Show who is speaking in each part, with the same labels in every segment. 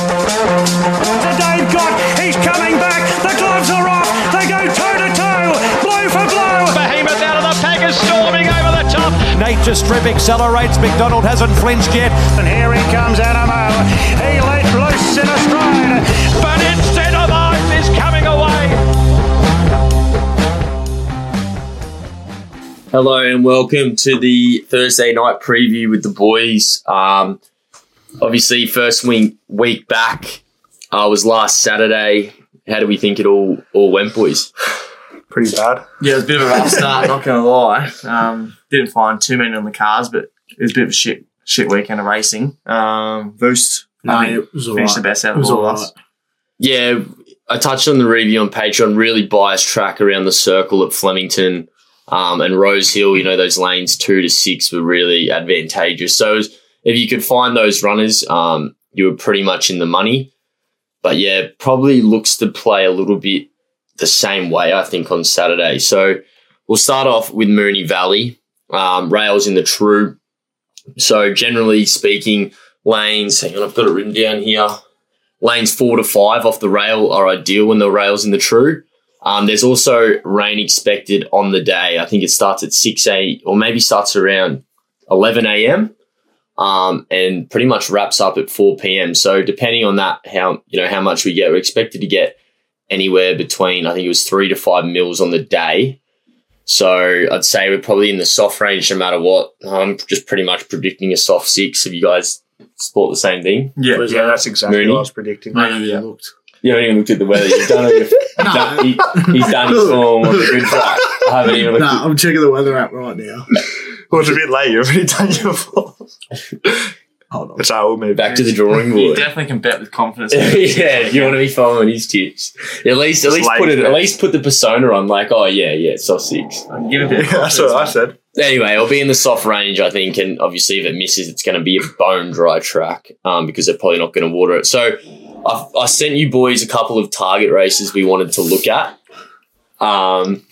Speaker 1: To Dave Gott, he's coming back. The gloves are off. They go toe to toe, blow for blow.
Speaker 2: Behemoth out of the pack is storming over the top.
Speaker 3: Nate just strip accelerates. McDonald hasn't flinched yet.
Speaker 1: And here he comes, Adamo. He let loose in a stride.
Speaker 2: But instead of eyes is coming away.
Speaker 4: Hello and welcome to the Thursday night preview with the boys. Um, obviously, first week week back uh, was last Saturday. How do we think it all all went, boys?
Speaker 5: Pretty bad.
Speaker 6: Yeah, it was a bit of a rough start, not gonna lie. Um, didn't find too many on the cars, but it was a bit of a shit shit weekend of racing. Um, Voost I think,
Speaker 5: was
Speaker 6: finished the best out
Speaker 5: It
Speaker 6: of
Speaker 5: was
Speaker 6: all
Speaker 5: all
Speaker 6: of us.
Speaker 4: Yeah, I touched on the review on Patreon. Really biased track around the circle at Flemington um, and Rose Hill. You know those lanes two to six were really advantageous. So if you could find those runners, um, you were pretty much in the money. But yeah, probably looks to play a little bit the same way. I think on Saturday. So we'll start off with Mooney Valley um, rails in the true. So generally speaking, lanes. Hang on, I've got it written down here lanes four to five off the rail are ideal when the rail's in the true. Um, there's also rain expected on the day. I think it starts at 6 a or maybe starts around 11 a.m. Um, and pretty much wraps up at 4 p.m. So depending on that, how you know how much we get, we're expected to get anywhere between I think it was three to five mils on the day. So I'd say we're probably in the soft range no matter what. I'm just pretty much predicting a soft six. Have you guys thought the same thing?
Speaker 6: Yeah,
Speaker 5: Yeah, that's exactly
Speaker 4: Mooney.
Speaker 5: what I was predicting.
Speaker 6: Mooney, yeah.
Speaker 5: looked.
Speaker 4: You haven't even looked at the weather. You've done it. He's done, he, he's done his form on the good track. I haven't even looked.
Speaker 7: Nah, I'm checking the weather app right now.
Speaker 5: Well, it's a bit late. You've already done your fall.
Speaker 7: Hold on.
Speaker 5: That's how we'll move
Speaker 4: Back to the drawing
Speaker 6: you
Speaker 4: board.
Speaker 6: definitely can bet with confidence.
Speaker 4: yeah, you want to be following his tips. At least, at
Speaker 5: Just
Speaker 4: least
Speaker 5: lay
Speaker 4: put it. At
Speaker 5: back.
Speaker 4: least put the persona on. Like, oh yeah, yeah, it's soft six.
Speaker 6: I can give it a bit.
Speaker 5: Yeah,
Speaker 6: Of
Speaker 5: that's
Speaker 6: confidence,
Speaker 5: what I
Speaker 6: mate.
Speaker 5: said.
Speaker 4: Anyway, it'll be in the soft range, I think. And obviously, if it misses, it's going to be a bone dry track um, because they're probably not going to water it. So, I, I sent you boys a couple of target races we wanted to look at. Um,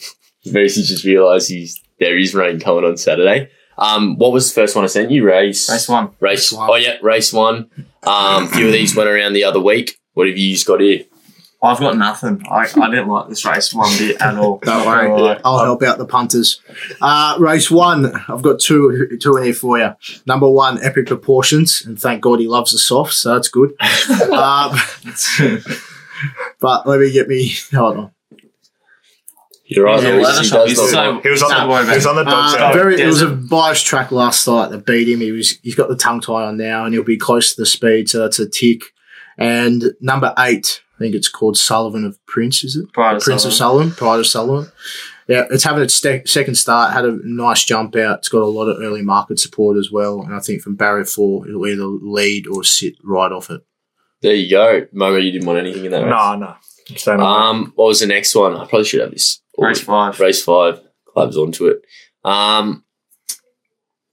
Speaker 4: Macy just realised he's there is rain coming on Saturday. Um, what was the first one I sent you? Race.
Speaker 6: Race one.
Speaker 4: Race. Oh yeah, race one. Um, a few of these went around the other week. What have you got here?
Speaker 6: I've got nothing. I, I didn't like this race one bit at all.
Speaker 7: Don't worry,
Speaker 6: Alright.
Speaker 7: I'll help out the punters. Uh, race one, I've got two two in here for you. Number one, epic proportions, and thank God he loves the softs, so that's good. uh, but let me get me. Hold on.
Speaker 4: You're right.
Speaker 6: Yeah,
Speaker 4: Lewis,
Speaker 6: leather
Speaker 4: he
Speaker 6: shop
Speaker 4: does
Speaker 6: is
Speaker 4: not
Speaker 6: so-
Speaker 4: like-
Speaker 5: He was on
Speaker 6: Nah,
Speaker 5: the
Speaker 6: worry about
Speaker 5: he was on the dog's
Speaker 7: Uh,
Speaker 5: side.
Speaker 7: very, it was a biased track last night that beat him. He was he's got the tongue tie on now, and he'll be close to the speed, so that's a tick. And number eight, I think it's called Sullivan of Prince, is it?
Speaker 6: Pride of
Speaker 7: Prince of
Speaker 6: Sullivan.
Speaker 7: Sullivan, Pride of Sullivan. Yeah, it's having its ste- second start. Had a nice jump out. It's got a lot of early market support as well, and I think from Barrow Four, it'll either lead or sit right off it.
Speaker 4: There you go, Momo. You didn't want anything in that. race.
Speaker 5: No, no. Stay on.
Speaker 4: Um, what was the next one? I probably should have this.
Speaker 6: Race five.
Speaker 4: Race five. Clubs onto it. Um,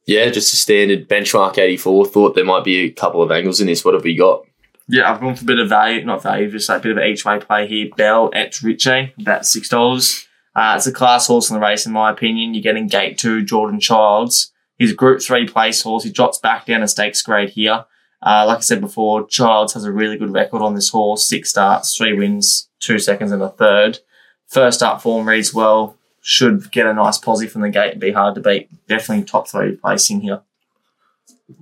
Speaker 4: yeah, just a standard benchmark 84. Thought there might be a couple of angles in this. What have we got?
Speaker 6: Yeah, I've gone for a bit of value, not value, just like a bit of an each way play here. Bell at Ritchie, about six dollars. Uh, it's a class horse in the race, in my opinion. You're getting gate two, Jordan Childs. He's a group three place horse. He drops back down a stakes grade here. Uh, like I said before, Childs has a really good record on this horse. Six starts, three wins, two seconds, and a third. First up form reads well. Should get a nice posse from the gate and be hard to beat. Definitely top three placing here.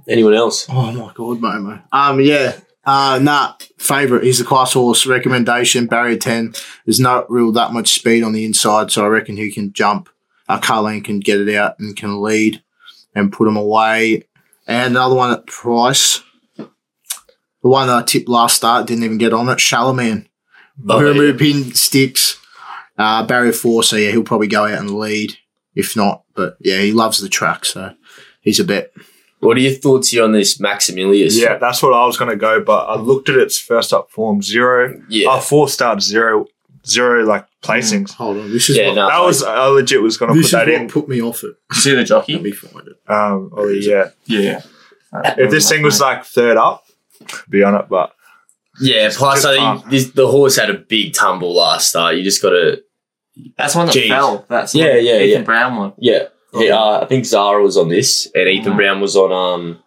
Speaker 4: Anyone else?
Speaker 7: Oh my god, Momo. Um, yeah. Uh, nah, favourite. He's the class horse recommendation. Barrier 10. There's not real that much speed on the inside, so I reckon he can jump. Uh, Carlene can get it out and can lead and put him away. And another one at Price. The one that I tipped last start didn't even get on it. Shalaman.
Speaker 4: Oh,
Speaker 7: Her
Speaker 4: yeah.
Speaker 7: move pin sticks. Uh, barrier 4, so yeah, he'll probably go out and lead if not. But yeah, he loves the track, so he's a bet.
Speaker 4: What are your thoughts here on this Maximilius?
Speaker 5: Yeah, that's what I was going to go, but I looked at its first up form zero.
Speaker 4: Yeah. Mm.
Speaker 5: Oh, four start zero, zero like placings.
Speaker 7: Hold on. This is
Speaker 4: yeah,
Speaker 7: what
Speaker 4: no,
Speaker 5: That was I legit was going to
Speaker 7: This
Speaker 5: put
Speaker 7: is
Speaker 5: that
Speaker 7: what
Speaker 5: in.
Speaker 7: put me off it.
Speaker 6: You see the
Speaker 7: Let
Speaker 6: jockey? Uh,
Speaker 7: me find it.
Speaker 5: Um, oh yeah,
Speaker 6: Yeah.
Speaker 5: if this thing was like third up, I'd be on it. But
Speaker 4: Yeah, plus
Speaker 5: just
Speaker 4: I think
Speaker 5: fast.
Speaker 4: this, the horse had a big tumble last start. You just got to
Speaker 6: That's one that
Speaker 4: Jeez.
Speaker 6: fell. That's
Speaker 4: Yeah,
Speaker 6: the
Speaker 4: yeah, yeah.
Speaker 6: Ethan Brown one.
Speaker 4: yeah.
Speaker 5: Oh.
Speaker 4: He, uh, I think Zara was on this, and
Speaker 5: Mm-hmm.
Speaker 4: Ethan Brown was on um,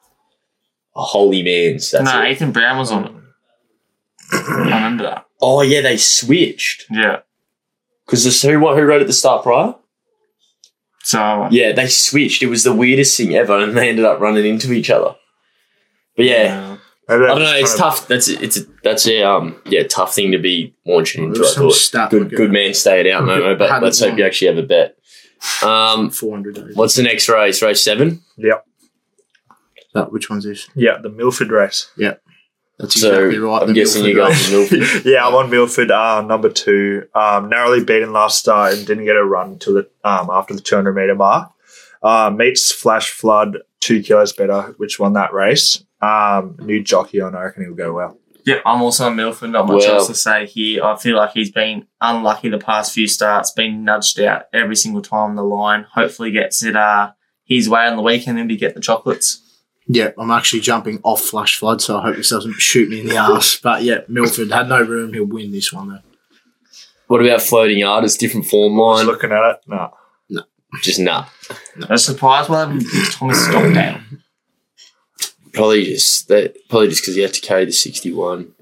Speaker 4: Holy Man's. That's
Speaker 6: nah,
Speaker 4: it.
Speaker 6: Ethan Brown was on it. I remember that.
Speaker 4: Oh yeah, they switched
Speaker 6: Yeah.
Speaker 4: because this who what who wrote at the start prior?
Speaker 6: So uh,
Speaker 4: Yeah, they switched. It was the weirdest thing ever, and they ended up running into each other. But yeah,
Speaker 5: I
Speaker 4: I don't know. It's tough. That's it's a, that's a um yeah tough thing to be launching into. I
Speaker 7: There's some
Speaker 4: thought
Speaker 7: stat
Speaker 4: good
Speaker 7: looking
Speaker 4: good
Speaker 7: at-
Speaker 4: man stay it out, no no. But
Speaker 7: Had
Speaker 4: let's
Speaker 7: it
Speaker 4: hope you
Speaker 7: won.
Speaker 4: actually have a bet. Um,
Speaker 7: 400 days.
Speaker 4: what's the next race? Race seven.
Speaker 7: That, which one's this?
Speaker 5: Yeah, the Milford race.
Speaker 7: That's
Speaker 4: So
Speaker 7: exactly right.
Speaker 4: I'm
Speaker 7: the
Speaker 4: guessing you
Speaker 7: Milford
Speaker 4: got
Speaker 7: race.
Speaker 4: Milford.
Speaker 5: Yeah, I'm on Milford, uh, number two. Um, narrowly beaten last start and didn't get a run until the um, after the 200 meter mark. Uh, meets Flash Flood, two kilos better, which won that race. Um, new jockey on, I reckon he'll go well.
Speaker 6: Yep, I'm also on Milford. Not much
Speaker 4: Well-
Speaker 6: else to say here. I feel like he's been unlucky the past few starts, been nudged out every single time on the line. Hopefully, gets it uh, his way on the weekend and we get the chocolates.
Speaker 7: Yeah, I'm actually jumping off flash flood, so I hope this doesn't shoot me in the ass. But yeah, Milford had no room. He'll win this one though.
Speaker 4: What about floating yard? It's different form
Speaker 5: Just
Speaker 4: line.
Speaker 5: looking at it, nah.
Speaker 4: Just nah.
Speaker 6: I'm surprised what happened to Thomas Stockdale.
Speaker 4: Probably just that. Probably just because he had to carry the sixty-one.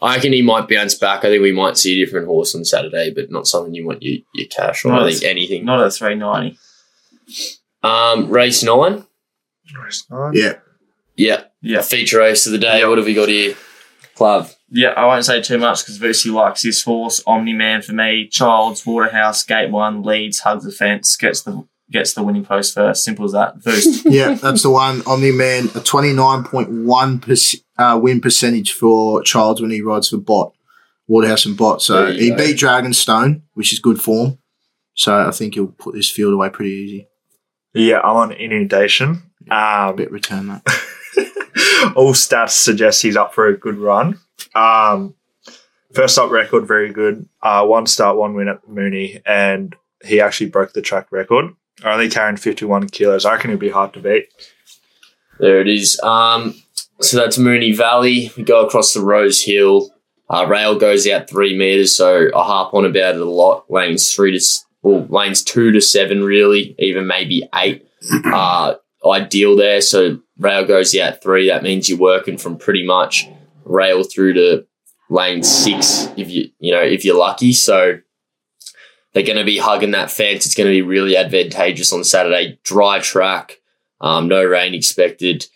Speaker 4: I reckon he might bounce back. I think we might see a different horse on Saturday, but not something you want your, your cash on.
Speaker 6: No,
Speaker 4: I
Speaker 6: it's-
Speaker 4: think anything.
Speaker 6: Not at 390.
Speaker 4: Um, race nine.
Speaker 5: Race nine.
Speaker 7: Yeah,
Speaker 4: Yeah,
Speaker 6: Yeah.
Speaker 4: feature race of the day. What have we got here? Club.
Speaker 6: Yeah, I won't say too much because Versi likes this horse. Omni Man for me. Childs, Waterhouse, Gate One, leads, hugs the fence, gets the gets the winning post first. Simple as that. Verse.
Speaker 7: yeah, that's the one. Omni Man, a 29.1 uh, win percentage for Childs when he rides for Bot, Waterhouse and Bot. So
Speaker 4: There you
Speaker 7: he
Speaker 4: go.
Speaker 7: beat Dragonstone, which is good form. So I think he'll put this field away pretty easy.
Speaker 5: Yeah, I'm on Inundation. Um,
Speaker 7: Bet return that.
Speaker 5: all stats suggest he's up for a good run. Um, first up record, very good. Uh, one start, one win at Mooney, and he actually broke the track record. Only carrying 51 kilos. I reckon it'd be hard to beat.
Speaker 4: There it is. Um, so that's Mooney Valley. We go across the Rose Hill. Uh, rail goes out three meters, so I harp on about it a lot. Lanes three to s- well, lanes two to seven, really, even maybe eight. Uh, ideal there. So rail goes out three. That means you're working from pretty much rail through to lane six if you you know if you're lucky. So they're going to be hugging that fence. It's going to be really advantageous on Saturday. Dry track. Um, no rain expected.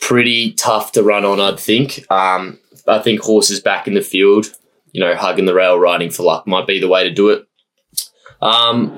Speaker 4: Pretty tough to run on, I'd think. Um, I think horses back in the field, you know, hugging the rail, riding for luck might be the way to do it. Um,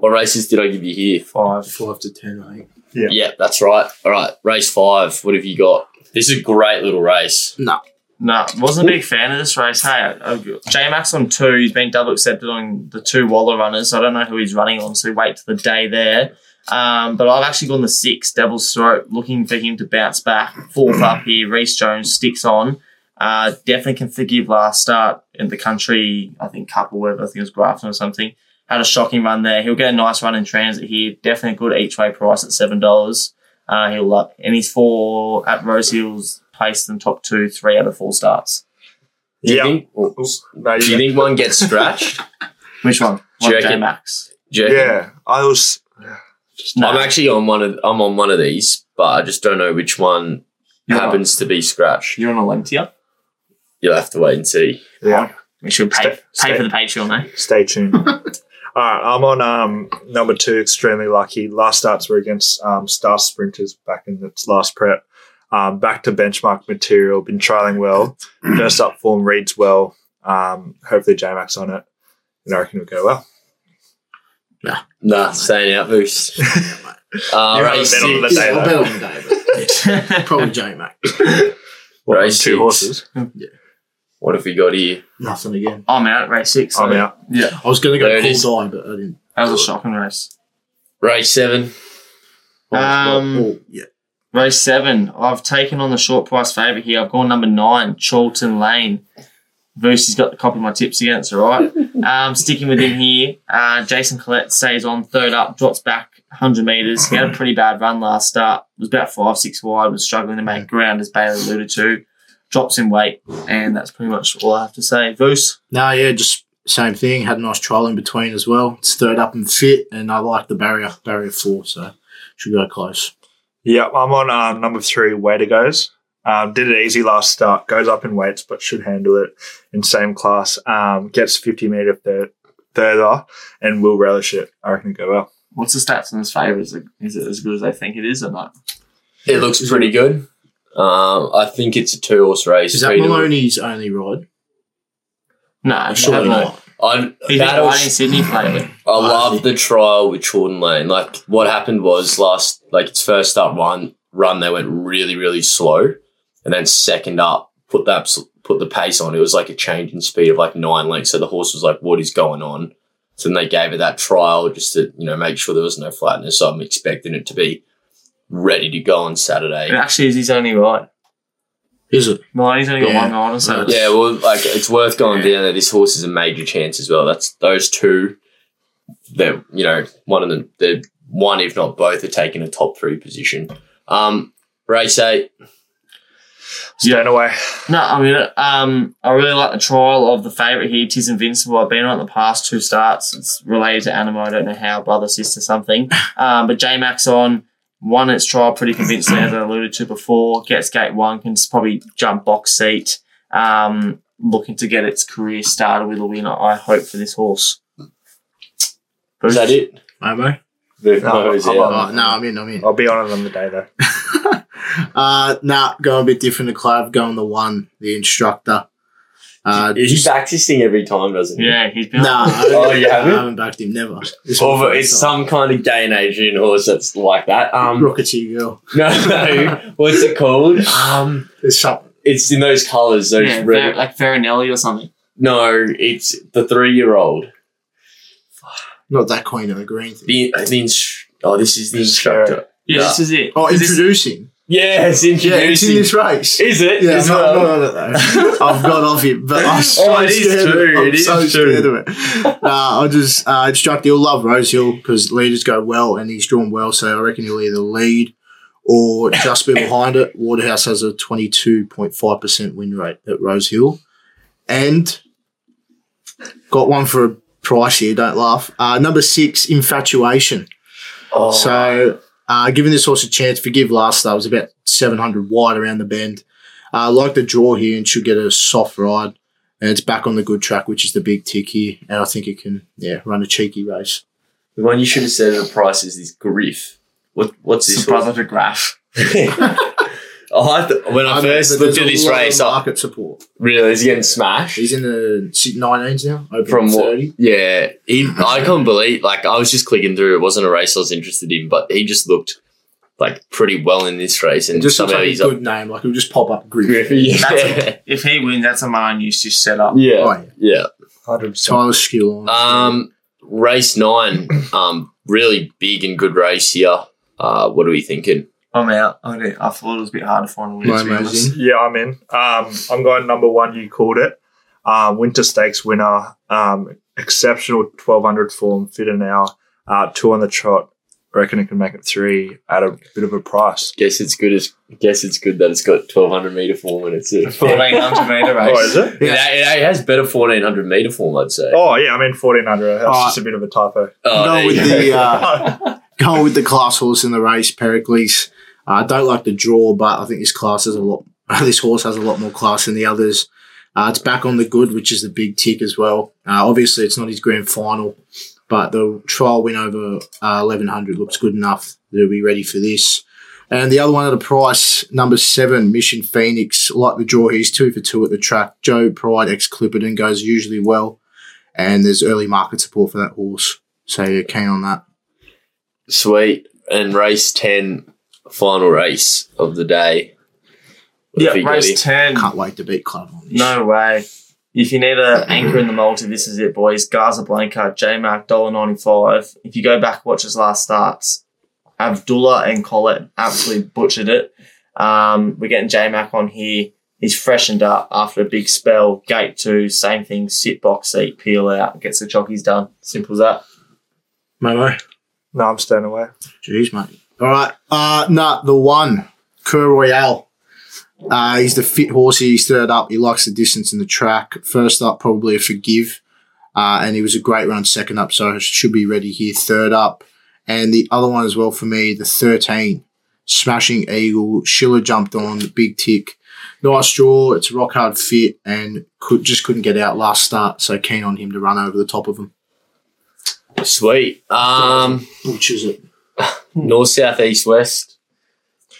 Speaker 4: what races did I give you here?
Speaker 6: Five.
Speaker 7: Five to ten, I think.
Speaker 4: Yeah, that's right. All right, race five. What have you got? This is a great little race.
Speaker 7: No,
Speaker 6: No, wasn't a big fan of this race. Hey, uh, J Max on two. He's been double accepted on the two Waller runners. I don't know who he's running on, so we wait to the day there. Um, but I've actually gone the six, Devil's Throat, looking for him to bounce back. Fourth up here, Reese Jones sticks on. Uh, definitely can forgive last start in the country, I think, Cup or whatever. I think it was Grafton or something. Had a shocking run there. He'll get a nice run in transit here. Definitely a good each way price at $7. Uh, he'll luck. And he's four at Rose Hills, placed in top two, three out of four starts.
Speaker 4: Do you
Speaker 5: Yeah.
Speaker 4: think? oh,
Speaker 5: Ooh, no,
Speaker 4: Do you
Speaker 5: you
Speaker 4: think one gets scratched?
Speaker 6: Which one?
Speaker 4: Do you
Speaker 6: Like
Speaker 4: reckon-
Speaker 6: J Max.
Speaker 4: Do you reckon?
Speaker 5: yeah, I was.
Speaker 6: No,
Speaker 4: I'm actually on one of I'm on one of these, but I just don't know which one
Speaker 6: you're on-
Speaker 4: happens to be scratched.
Speaker 6: You're on Olympia.
Speaker 4: You'll have to wait and see.
Speaker 5: Yeah,
Speaker 6: We should pay,
Speaker 5: Stay-
Speaker 6: pay
Speaker 5: stay.
Speaker 6: for the Patreon, eh?
Speaker 5: stay tuned. All right, I'm on um, number two, extremely lucky. Last starts were against um, Star Sprinters back in its last prep. Um, back to benchmark material, been trialing well. First up form reads well. Um, hopefully, J Max on it. And I reckon it'll go well.
Speaker 4: Nah, staying out boost. Uh,
Speaker 5: You're out
Speaker 4: race
Speaker 5: of bed on the
Speaker 4: six.
Speaker 7: yeah,
Speaker 5: day, though.
Speaker 7: I'll bet on the day, but probably J Mac.
Speaker 5: Well,
Speaker 4: Race
Speaker 5: two
Speaker 4: six.
Speaker 5: horses.
Speaker 4: What have we got here?
Speaker 7: Nothing again.
Speaker 6: I'm out at race six. so-
Speaker 5: I'm out.
Speaker 6: Yeah,
Speaker 7: I was going to
Speaker 4: There
Speaker 7: go
Speaker 4: it is.
Speaker 7: cool die, but I didn't.
Speaker 6: that was a shocking race.
Speaker 4: Race seven.
Speaker 6: Um,
Speaker 7: Oh, yeah.
Speaker 6: Race seven. I've taken on the short price favourite here. I've gone number nine, Charlton Lane. Versus got the copy of my tips against, all right. um, sticking with him here, uh, Jason Collette stays on third up, drops back 100 metres. He had a pretty bad run last start. Was about five, six wide, was struggling to make ground, as Bailey alluded to. Drops in weight, and that's pretty much all I have to say. Verse,
Speaker 7: No, yeah, just same thing. Had a nice trial in between as well. It's third up and fit, and I like the barrier barrier four, so should go close.
Speaker 5: Yeah, I'm on um, number three, way to goes. Um, did it easy last start, goes up in weights, but should handle it in same class. Um, gets 50 meter third, further and will relish it. I reckon it go well.
Speaker 6: What's the stats in his favour? Is it, is it as good as they think it is or not?
Speaker 4: It looks pretty good. Um, I think it's a two horse race.
Speaker 7: Is that
Speaker 4: three to-
Speaker 7: Maloney's only ride?
Speaker 6: No, sure
Speaker 7: Surely
Speaker 6: not.
Speaker 7: not.
Speaker 4: I,
Speaker 6: He's been
Speaker 4: that
Speaker 6: playing
Speaker 4: was-
Speaker 6: in Sydney lately.
Speaker 4: I love the trial with Jordan Lane. Like what happened was last, like its first up run, run they went really, really slow, and then second up put that abs- put the pace on. It was like a change in speed of like nine lengths. So the horse was like, "What is going on?" So then they gave it that trial just to you know make sure there was no flatness. So I'm expecting it to be ready to go on Saturday.
Speaker 6: It actually is his only ride.
Speaker 7: Is it?
Speaker 6: Maloney's only got
Speaker 7: Yeah.
Speaker 6: one ride or so.
Speaker 4: Yeah, well, like it's worth going down there. This horse is a major chance as well. That's those two. They're you know one of them. They're one if not both are taking a top three position. Um, race eight.
Speaker 5: Staying away.
Speaker 6: No, I mean, um, I really like the trial of the favourite here, Tis Invincible. I've been on it the past two starts. It's related to Animo. I don't know how, brother, sister, something. Um, but J Max on won its trial pretty convincingly, as I alluded to before. Gets gate one, can probably jump box seat. Um, looking to get its career started with a win. I hope for this horse.
Speaker 4: Is that it?
Speaker 7: Momo?
Speaker 5: No,
Speaker 4: is
Speaker 5: I'm
Speaker 4: out.
Speaker 5: on.
Speaker 7: Oh, no, I'm in. I'm in.
Speaker 5: I'll be on it on the day though.
Speaker 7: Uh, nah, going a bit different to Clive. Going the one, the instructor. Uh,
Speaker 4: He backs this thing every time, doesn't he?
Speaker 6: Yeah, he's been.
Speaker 7: nah, I
Speaker 4: Oh, you haven't?
Speaker 7: I haven't backed him. Never. This
Speaker 4: Or
Speaker 7: one-
Speaker 4: if it's some kind of gay and Asian horse that's like that. Um,
Speaker 7: Rocketeer girl.
Speaker 4: no, no. What's it called? Um,
Speaker 7: There's something.
Speaker 4: it's in those colours. Those
Speaker 6: Yeah,
Speaker 4: red.
Speaker 6: Ver- like Farinelli or something.
Speaker 4: no, it's the three-year-old.
Speaker 7: Not that queen of the green thing.
Speaker 4: The, the instru- oh, this is the
Speaker 5: Sure.
Speaker 4: instructor.
Speaker 6: Yeah,
Speaker 4: Yeah.
Speaker 6: this is it.
Speaker 7: Oh,
Speaker 6: Is this-
Speaker 7: introducing.
Speaker 4: Yes, introducing.
Speaker 7: Yeah, it's in this race.
Speaker 4: Is it?
Speaker 7: Yeah,
Speaker 4: as
Speaker 7: no,
Speaker 4: well?
Speaker 7: no, no, no, no. I've got off it, but I'm so
Speaker 4: Oh, it is
Speaker 7: scared of it.
Speaker 4: true,
Speaker 7: I'm
Speaker 4: it is
Speaker 7: so
Speaker 4: true.
Speaker 7: scared of it. Nah, I'll just uh, instruct. He'll love Rosehill because leaders go well, and he's drawn well. So I reckon he'll either lead or just be behind it. Waterhouse has a twenty-two point five percent win rate at Rosehill, and got one for a price here. Don't laugh. Uh, number six, infatuation.
Speaker 4: Oh,
Speaker 7: So, uh, giving this horse a chance, forgive last start was about 700 wide around the bend. Uh, I like the draw here and should get a soft ride. And it's back on the good track, which is the big tick here. And I think it can, yeah, run a cheeky race.
Speaker 4: the one you should have said at a price is this Griff. What, what's
Speaker 6: It's
Speaker 4: this?
Speaker 6: the brother to Graf.
Speaker 4: oh, I th- when I first
Speaker 7: but
Speaker 4: looked
Speaker 7: there's
Speaker 4: at
Speaker 7: a
Speaker 4: this
Speaker 7: lot of
Speaker 4: race, I
Speaker 7: market support.
Speaker 4: realised he's getting smashed.
Speaker 7: He's in the si- 19s now, open
Speaker 4: From what?
Speaker 7: 30.
Speaker 4: Yeah, he, I can't believe. Like I was just clicking through. It wasn't a race I was interested in, but he just looked like pretty well in this race, and
Speaker 7: It just looks
Speaker 4: somehow
Speaker 7: like a
Speaker 4: he's up.
Speaker 7: good name. Like, it'll just pop up Griff.
Speaker 4: Griff, yeah,
Speaker 6: That's- If he wins, that's a man used to set up.
Speaker 7: Oh,
Speaker 4: yeah,
Speaker 7: yeah.
Speaker 4: yeah.
Speaker 5: 100%.
Speaker 7: Tyler Skillon.
Speaker 4: Um, race nine. Um, really big and good race here. Uh, what are we thinking?
Speaker 6: I'm out. I, don't- I thought it was a bit harder for him to win.
Speaker 7: Momo's
Speaker 6: to be honest.
Speaker 7: in.
Speaker 5: Yeah, I'm in. Um, I'm going number one. You called it. Um, Winter Stakes winner. Um, exceptional 1200 form, fit an hour, uh, two on the trot. Reckon it can make it three at a bit of a price.
Speaker 4: Guess it's good as guess it's good that it's got twelve hundred meter form and it's it.
Speaker 6: 1400 meter race.
Speaker 5: Oh, is it?
Speaker 4: It, it has better fourteen hundred meter form, I'd say.
Speaker 5: Oh, yeah, I mean 1400. That's
Speaker 7: Alright.
Speaker 5: just a bit of a typo.
Speaker 4: Oh, there
Speaker 7: Go with
Speaker 4: you go.
Speaker 7: the uh, going with the class horse in the race, Pericles. Uh, I don't like the draw, but I think this class has a lot. This horse has a lot more class than the others. Uh, it's back on the good, which is the big tick as well. Uh, obviously, it's not his grand final, but the trial win over uh, eleven hundred looks good enough. They'll be ready for this. And the other one at a price, number seven, Mission Phoenix. Like the draw, he's two for two at the track. Joe Pride ex Clipperton goes usually well, and there's early market support for that horse. So you're keen on that.
Speaker 4: Sweet. And race ten, final race of the day. What
Speaker 6: Yeah,
Speaker 4: have we got here?
Speaker 6: race 10.
Speaker 7: Can't wait to beat Clive on this.
Speaker 6: No way. If you need an anchor in the multi, this is it, boys. Gaza Blanca, J Mac, $1.95. If you go back, watch his last starts. Abdullah and Collett absolutely butchered it. Um, we're getting J Mac on here. He's freshened up after a big spell. Gate two, same thing. Sit box seat, peel out, gets the chockies done. Simple as that.
Speaker 7: Momo.
Speaker 5: No, I'm staying away.
Speaker 7: Jeez, mate. All right. Uh, nah, the one, Cur Royale. Uh, he's the fit horse. He's third up. He likes the distance in the track. First up, probably a forgive. Uh, and he was a great run second up, so should be ready here third up. And the other one as well for me, the 13, Smashing Eagle. Schiller jumped on, big tick. Nice draw. It's a rock hard fit and could just couldn't get out last start. So keen on him to run over the top of him.
Speaker 4: Sweet. Um,
Speaker 7: Butchers it.
Speaker 4: north, south, east, west.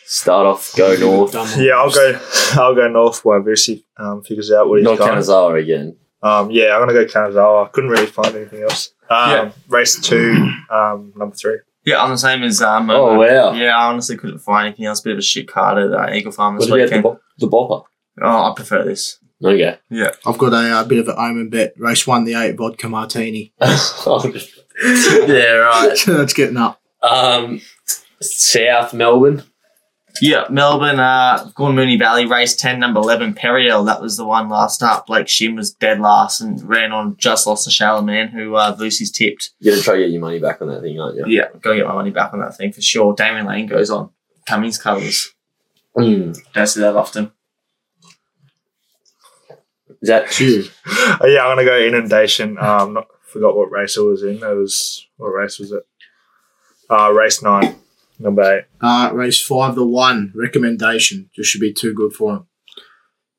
Speaker 4: Start off, go north.
Speaker 5: Yeah, I'll go. I'll go north while Vusi um, figures out what he's
Speaker 4: Not
Speaker 5: got.
Speaker 4: Kanazawa again.
Speaker 5: Um, yeah, I'm gonna go Kanazawa. I couldn't really find anything else. Um,
Speaker 6: Yeah.
Speaker 5: Race two, um, number three.
Speaker 6: Yeah, I'm the same as um.
Speaker 4: Oh, wow.
Speaker 6: Yeah, I honestly couldn't find anything else. Bit of a shit card at uh, Eagle Farm
Speaker 4: What
Speaker 6: this
Speaker 4: about the,
Speaker 6: weekend.
Speaker 4: bo- the bopper?
Speaker 6: Oh, I prefer this.
Speaker 4: Okay.
Speaker 7: I've got a, uh bit of an omen bet. Race one, the eight, vodka martini.
Speaker 4: yeah, right.
Speaker 7: That's getting up.
Speaker 4: Um, south Melbourne.
Speaker 6: Yeah, Melbourne, uh, Gordon Mooney Valley, race 10, number 11, Periel. That was the one last up. Blake Shim was dead last and ran on just lost to Shallow Man, who uh, Lucy's tipped.
Speaker 4: You're going to try to get your money back on that thing, aren't you?
Speaker 6: Yeah, go get my money back on that thing for sure. Damien Lane goes on. Cummings colours.
Speaker 4: Mm.
Speaker 6: Don't see that often.
Speaker 4: Is that
Speaker 7: Two.
Speaker 5: Uh, yeah, I'm gonna go inundation. Um, not, forgot what race it was in. It was what race was it? Uh, race nine, number eight.
Speaker 7: Uh, race five, the one recommendation. Just should be too good for him.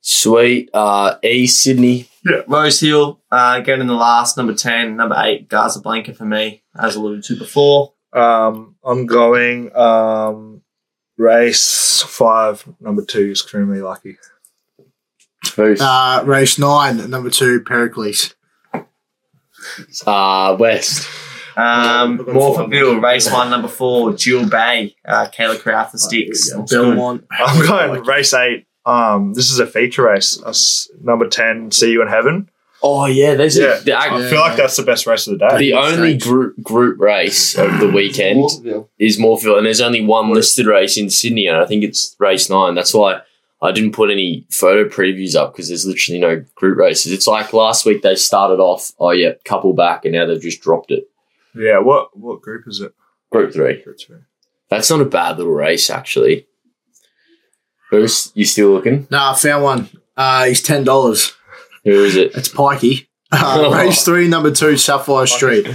Speaker 4: sweet? Uh, East Sydney.
Speaker 6: Rose Hill, uh, getting the last, number 10, number 8, Gaza Blanca for me, as alluded to before.
Speaker 5: Um, I'm going um, race five, number two. Extremely lucky.
Speaker 4: Who's-
Speaker 5: Ah.
Speaker 7: Uh, race nine, number two, Pericles.
Speaker 4: Uh, West.
Speaker 6: Um,
Speaker 7: Looking forward.
Speaker 6: Morpheville, race 1, number 4, Jewel Bay, uh, Kayla Crowther Sticks. Looks good.
Speaker 7: Belmont.
Speaker 5: I'm going race eight. Um, this is a feature race. Us- number ten. See you in heaven.
Speaker 4: Oh yeah, there's
Speaker 5: Yeah.
Speaker 4: the,
Speaker 5: I
Speaker 4: ac-
Speaker 5: feel like that's the best race of the day.
Speaker 4: the only
Speaker 7: Thanks.
Speaker 4: group group race of the weekend is Moorfield, and there's only one listed race in Sydney, and I think it's race nine. That's why I didn't put any photo previews up because there's literally no group races. It's like last week they started off, oh yeah, couple back, and now they've just dropped it.
Speaker 5: yeah. What what group is it?
Speaker 4: Group three.
Speaker 5: Group two.
Speaker 4: That's not a bad little race actually. Bruce, you still looking?
Speaker 7: Nah, I found one. Uh, he's ten dollars.
Speaker 4: Who is it?
Speaker 7: It's Pikey. Uh, race three, number two, Sapphire Street.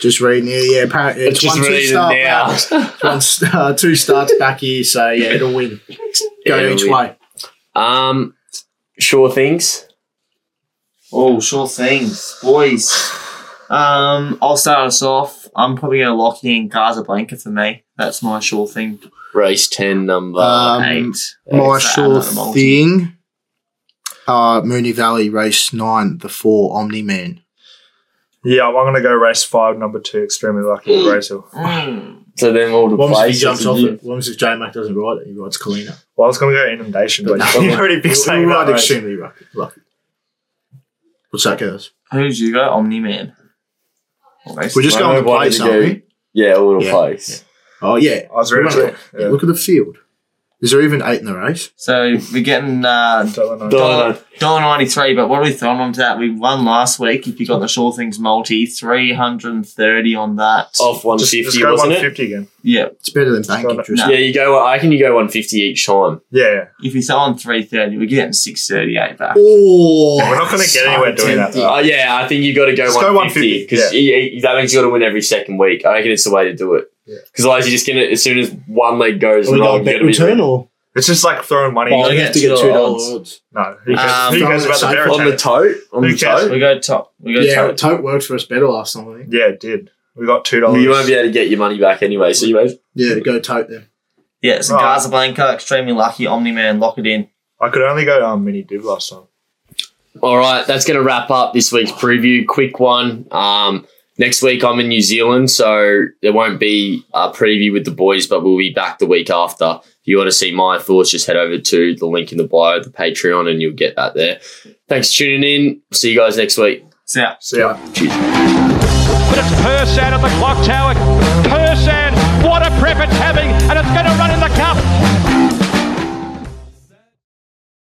Speaker 7: Just reading here. Yeah, apparently it's, one two start back. It's one st- uh, two starts back here. So yeah, it'll win. Go
Speaker 4: Yeah,
Speaker 7: each
Speaker 4: it'll
Speaker 7: way.
Speaker 4: um, sure things.
Speaker 6: Oh, sure things, boys. Um, I'll start us off. I'm probably going to lock in Gaza Blanca for me. That's my sure thing.
Speaker 4: Race ten number.
Speaker 5: Uh,
Speaker 7: Um,
Speaker 6: Eight.
Speaker 7: My
Speaker 6: It's
Speaker 7: sure
Speaker 6: another multi.
Speaker 7: thing. Uh, Mooney Valley race nine, the four Omni Man.
Speaker 5: Yeah, I'm gonna go race five, number two. Extremely lucky. race hill.
Speaker 7: hmm.
Speaker 6: Mm.
Speaker 4: so then all the places.
Speaker 7: What if J Mac doesn't ride it? He rides Kalina.
Speaker 5: Well, I was gonna go inundation, but
Speaker 7: No.
Speaker 5: you already picked
Speaker 7: He'll, he'll
Speaker 5: saying
Speaker 7: ride
Speaker 5: that. Race.
Speaker 7: extremely lucky. lucky. What's that, guys?
Speaker 6: Who'd you go? Omni Man.
Speaker 7: We're just going to
Speaker 4: Why
Speaker 7: place,
Speaker 4: did
Speaker 7: aren't
Speaker 4: you-
Speaker 7: we?
Speaker 4: Yeah, all the
Speaker 7: Yeah.
Speaker 4: place.
Speaker 7: Oh yeah.
Speaker 5: I was
Speaker 7: We're
Speaker 5: really
Speaker 7: not- yeah, Look at the field. Is there even eight in the race?
Speaker 6: So we're getting uh,
Speaker 4: Dollar.
Speaker 6: dollar ninety three. But what are we throwing on to that? We won last week. If you got the sure things multi, three hundred and thirty on that.
Speaker 4: Off one
Speaker 5: Just,
Speaker 4: fifty,
Speaker 5: just go
Speaker 4: wasn't
Speaker 5: one
Speaker 4: it?
Speaker 5: fifty again.
Speaker 6: Yeah.
Speaker 7: It's better than bank
Speaker 5: Got it.
Speaker 7: interest.
Speaker 6: No.
Speaker 4: Yeah, you go. I reckon you go one fifty each time.
Speaker 5: Yeah, yeah.
Speaker 6: If you throw on three thirty, we're getting six thirty eight back.
Speaker 7: Oh,
Speaker 5: We're not gonna get anywhere doing that.
Speaker 4: Uh, yeah, I think you got to go
Speaker 5: Just go
Speaker 4: one fifty
Speaker 5: 150,
Speaker 4: because that means you got to win every second week. I reckon it's the way to do it.
Speaker 5: Yeah.
Speaker 4: Because otherwise, you're just gonna as soon as one leg goes wrong, you're gonna be
Speaker 7: or
Speaker 5: It's just like throwing money.
Speaker 6: Oh, yeah.
Speaker 7: have to get
Speaker 6: Two
Speaker 7: two
Speaker 6: odds.
Speaker 7: dollars?
Speaker 5: No, who cares,
Speaker 6: Um,
Speaker 5: who cares about the
Speaker 7: On
Speaker 5: bear
Speaker 4: on the
Speaker 5: attack?
Speaker 4: tote. On
Speaker 5: Who
Speaker 4: the
Speaker 5: cares?
Speaker 4: tote,
Speaker 6: We go top. We go
Speaker 7: Yeah,
Speaker 6: top.
Speaker 7: tote worked for us better last time. I think.
Speaker 5: Yeah, it did. We got two dollars.
Speaker 4: you won't be able to get your money back anyway. So you may.
Speaker 7: Yeah, go tote then.
Speaker 6: Yeah, so
Speaker 5: Right.
Speaker 6: Gaza Blanca, extremely lucky. Omni Man, lock it in.
Speaker 5: I could only go um, mini div last time.
Speaker 4: All right, that's going to wrap up this week's preview. Quick one. Um, next week I'm in New Zealand, so there won't be a preview with the boys, but we'll be back the week after. If you want to see my thoughts, just head over to the link in the bio, the Patreon, and you'll get that there. Thanks for tuning in. See you guys next week.
Speaker 6: So yeah.
Speaker 5: See ya.
Speaker 2: But it's Persan at the clock tower. Persan, what a prep it's having, and it's going to run in the cup.